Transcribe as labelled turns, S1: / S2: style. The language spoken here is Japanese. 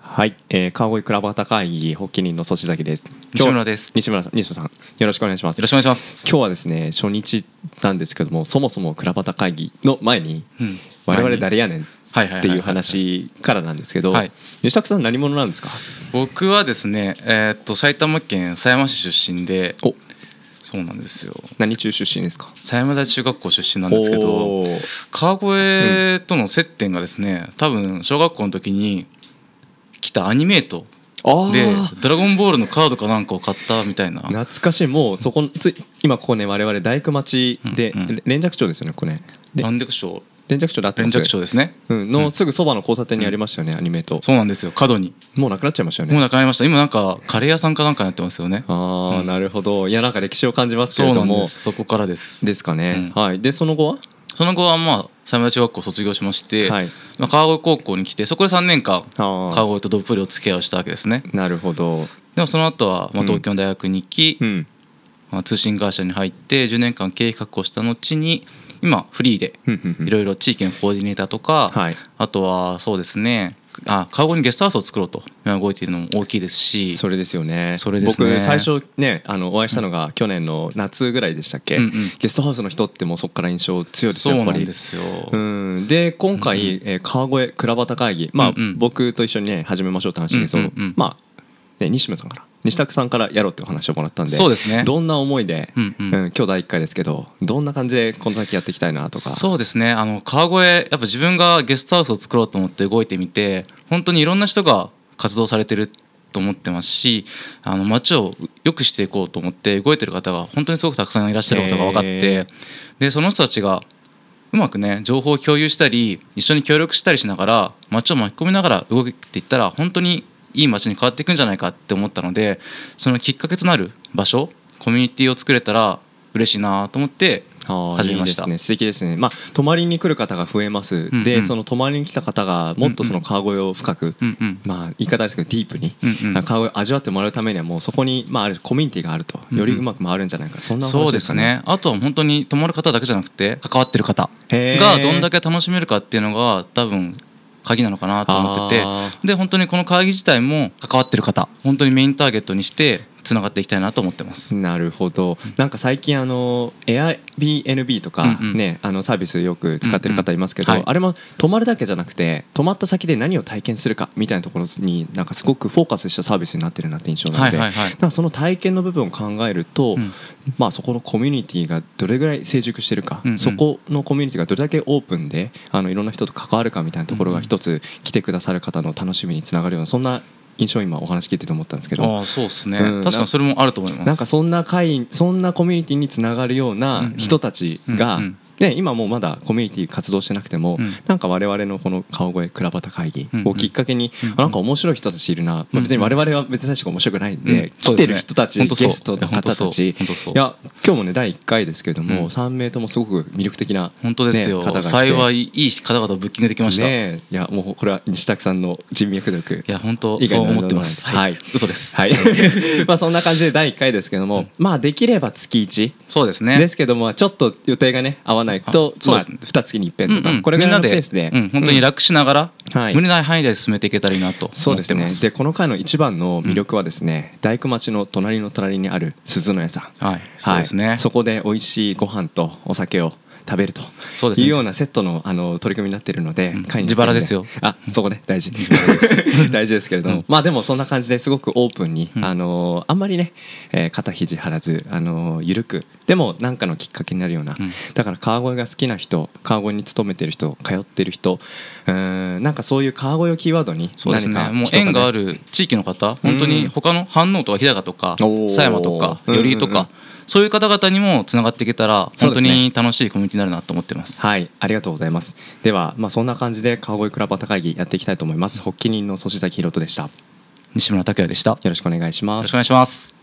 S1: はい、えー、川越倉端会議発起人の粗崎です。
S2: 西村です
S1: 西村さん、西野さん、よろしくお願いします。
S2: よろしくお願いします。
S1: 今日はですね、初日なんですけども、そもそも倉端会議の前に、
S2: うん
S1: 我々誰やねん
S2: はいはいはいはいはい
S1: っていう話からなんですけど
S2: はい、
S1: 吉田さん何者なんですか。
S2: 僕はですね、えーっと埼玉県狭山市出身で、
S1: お、
S2: そうなんですよ。
S1: 何中出身ですか。
S2: 狭山台中学校出身なんですけど
S1: お、ー
S2: 川越との接点がですね、多分小学校の時に来たアニメート
S1: あ
S2: で
S1: ー
S2: ドラゴンボールのカードかなんかを買ったみたいな。
S1: 懐かしいもうそこつい今ここね我々大工町で、
S2: うんうん
S1: 連雀町ですよねここねれ
S2: なんでかしょ
S1: 連雀町であって
S2: 連
S1: ます
S2: 着町ですね。
S1: うん、のすぐそばの交差点にありましたよね、アニメと
S2: そうなんですよ。角に。
S1: もうなくなっちゃいましたよ
S2: もう
S1: ね
S2: なくなりました。今なんかカレー屋さんかなんかやってますよね。
S1: ああ、
S2: うん
S1: なるほどいやなんか歴史を感じますけ
S2: そ
S1: れ
S2: うな
S1: ど
S2: んで
S1: も
S2: す。そこからです。
S1: ですかね、
S2: うん
S1: はいでその後は
S2: その後はまあ三田中学校を卒業しまして、
S1: はい
S2: まあ、川越高校に来てそこで3年間
S1: あー
S2: 川越とどっぷりお付き合いをしたわけですね
S1: なるほど
S2: でもその後はま
S1: う
S2: あ
S1: ん
S2: 東京の大学に行き、
S1: うん
S2: まあ、通信会社に入って10年間経営確保した後に今フリーで
S1: うんうんうん
S2: いろいろ地域のコーディネーターとか、
S1: はい
S2: あとはそうですねあ川越にゲストハウスを作ろうと今動いているのも大きいですし
S1: それですよね
S2: それですね
S1: 僕最初ねあのお会いしたのが去年の夏ぐらいでしたっけ、
S2: うんうん
S1: ゲストハウスの人ってもうそこから印象強いです
S2: そ
S1: よや
S2: う
S1: っぱ
S2: なん
S1: り
S2: ですよ、
S1: うん、で今回、えー川越倉端会議、まあ
S2: うんうん
S1: 僕と一緒にね始めましょうって話ですけど、
S2: うんうんうん
S1: まあ、ね、西村さんから西拓さんからやろうってお話をもらったんで
S2: そうですね
S1: どんな思いで、
S2: うんうん
S1: 今日第1回ですけどどんな感じでこの先やっていきたいなとか
S2: そうですねあの川越やっぱ自分がゲストハウスを作ろうと思って動いてみて本当にいろんな人が活動されてると思ってますしあの街を良くしていこうと思って動いてる方が本当にすごくたくさんいらっしゃることが分かっ
S1: へ
S2: てでその人たちがうまくね情報を共有したり一緒に協力したりしながら街を巻き込みながら動いていったら本当にいい街に変わっていくんじゃないかって思ったのでそのきっかけとなる場所コミュニティを作れたら嬉しいなと思って
S1: ああ
S2: 始
S1: い
S2: め
S1: い
S2: ま
S1: で
S2: した
S1: す。ね素敵ですねまあ泊まりに来る方が増えます、
S2: うん
S1: でその泊まりに来た方がもっとその川越を深く、
S2: うんうん
S1: まあ、言い方ですけどディープに、
S2: うんうん
S1: 川越を味わってもらうためにはもうそこに、まあ、あるコミュニティがあるとよりうまく回るんじゃないか、そんなお話
S2: そうです
S1: か
S2: ねあとは本当に泊まる方だけじゃなくて関わってる方
S1: へー
S2: がどんだけ楽しめるかっていうのが多分鍵なのかなと思ってて
S1: あ
S2: で本当にこの会議自体も関わってる方本当にメインターゲットにしてつながっていきたいなと思ってます。
S1: なるほどなんか最近あの Airbnb とか
S2: うんうん
S1: ね、あのサービスよく使ってる方いますけど、
S2: うんうんはい
S1: あれも泊まるだけじゃなくて泊まった先で何を体験するかみたいなところになんかすごくフォーカスしたサービスになってるなって印象なので、
S2: はいはいはい
S1: なんかその体験の部分を考えると、
S2: うん
S1: まあ、そこのコミュニティがどれぐらい成熟してるか、
S2: うんうん
S1: そこのコミュニティがどれだけオープンであのいろんな人と関わるかみたいなところ
S2: う
S1: が
S2: んうん
S1: 一つ来てくださる方の楽しみにつながるようなそんな印象を今お話聞いてて思ったんですけど。
S2: ああそうですね、
S1: うん
S2: 確かにそれもあると思います。
S1: なんかそんな会そんなコミュニティにつながるような人たちが、
S2: うんうん
S1: ね、今もうまだコミュニティ活動してなくても、
S2: うん
S1: なんか我々のこの川越倉端会議をきっかけに、
S2: うんうん
S1: あなんか面白い人たちいるな、まあ、別に我々は別に大して面白くないんで、
S2: うんそ
S1: 来
S2: うで
S1: て
S2: すね
S1: る人たち、
S2: 本
S1: ゲ
S2: 当そう
S1: ストの方たちい
S2: いや本当そう本当そう
S1: や今日もね第1回ですけれども、
S2: うん
S1: 3名ともすごく魅力的な、ね、
S2: 本当ですよ、
S1: 方が来て
S2: 幸いいい方々をブッキングできました。
S1: ねえいやもうこれは西拓さんの人脈力
S2: いや本当
S1: 以
S2: そ
S1: 外
S2: う
S1: の
S2: 思ってます。
S1: はい
S2: 嘘です。
S1: はい まあそんな感じで第1回ですけども、まあできれば月1
S2: そうですね。
S1: ですけどもちょっと予定がね合わないと
S2: あそうですね
S1: まあ、2月に一遍とか、
S2: うんうん
S1: これぐらいのペース
S2: み
S1: で
S2: んなうん、本当に
S1: うん
S2: 楽しながら、
S1: はい
S2: 無理ない範囲で進めていけたらいいなと思ってます。
S1: そうですねでこの回の一番の魅力はですね、大工町の隣の隣にある鈴の屋さん
S2: はい、そうですね。
S1: はいそこで美味しいご飯とお酒を食べると
S2: そうですね
S1: いうようなセットのあの取り組みになっているので、
S2: ん
S1: 会に
S2: 自腹ですよ
S1: あそこね大事 大事ですけれども、まあでもそんな感じですごくオープンに、
S2: うん
S1: あのあんまりね、えー肩肘張らずあの緩くでも何かのきっかけになるような、
S2: うん
S1: だから川越が好きな人川越に勤めてる人通ってる人うーんなんかそういう川越をキーワードに
S2: そうです
S1: 何
S2: ね
S1: か
S2: もう
S1: 人
S2: 縁がある地域の方本当に他の飯能とか日高とか
S1: おー
S2: 狭山とか
S1: うんうん
S2: 寄
S1: うん
S2: 居とかそういう方々にもつながっていけたら
S1: そうで
S2: 本当
S1: すね
S2: に楽しいコミュニティになるなと思ってます。
S1: はい、ありがとうございます。では、まあ、そんな感じで川越クラバタ会議やっていきたいと思います。発起人の粗崎ひろとでした。よ
S2: 西村拓也でしたよ
S1: ろしくお願いしま
S2: ろし
S1: す
S2: くお。願いします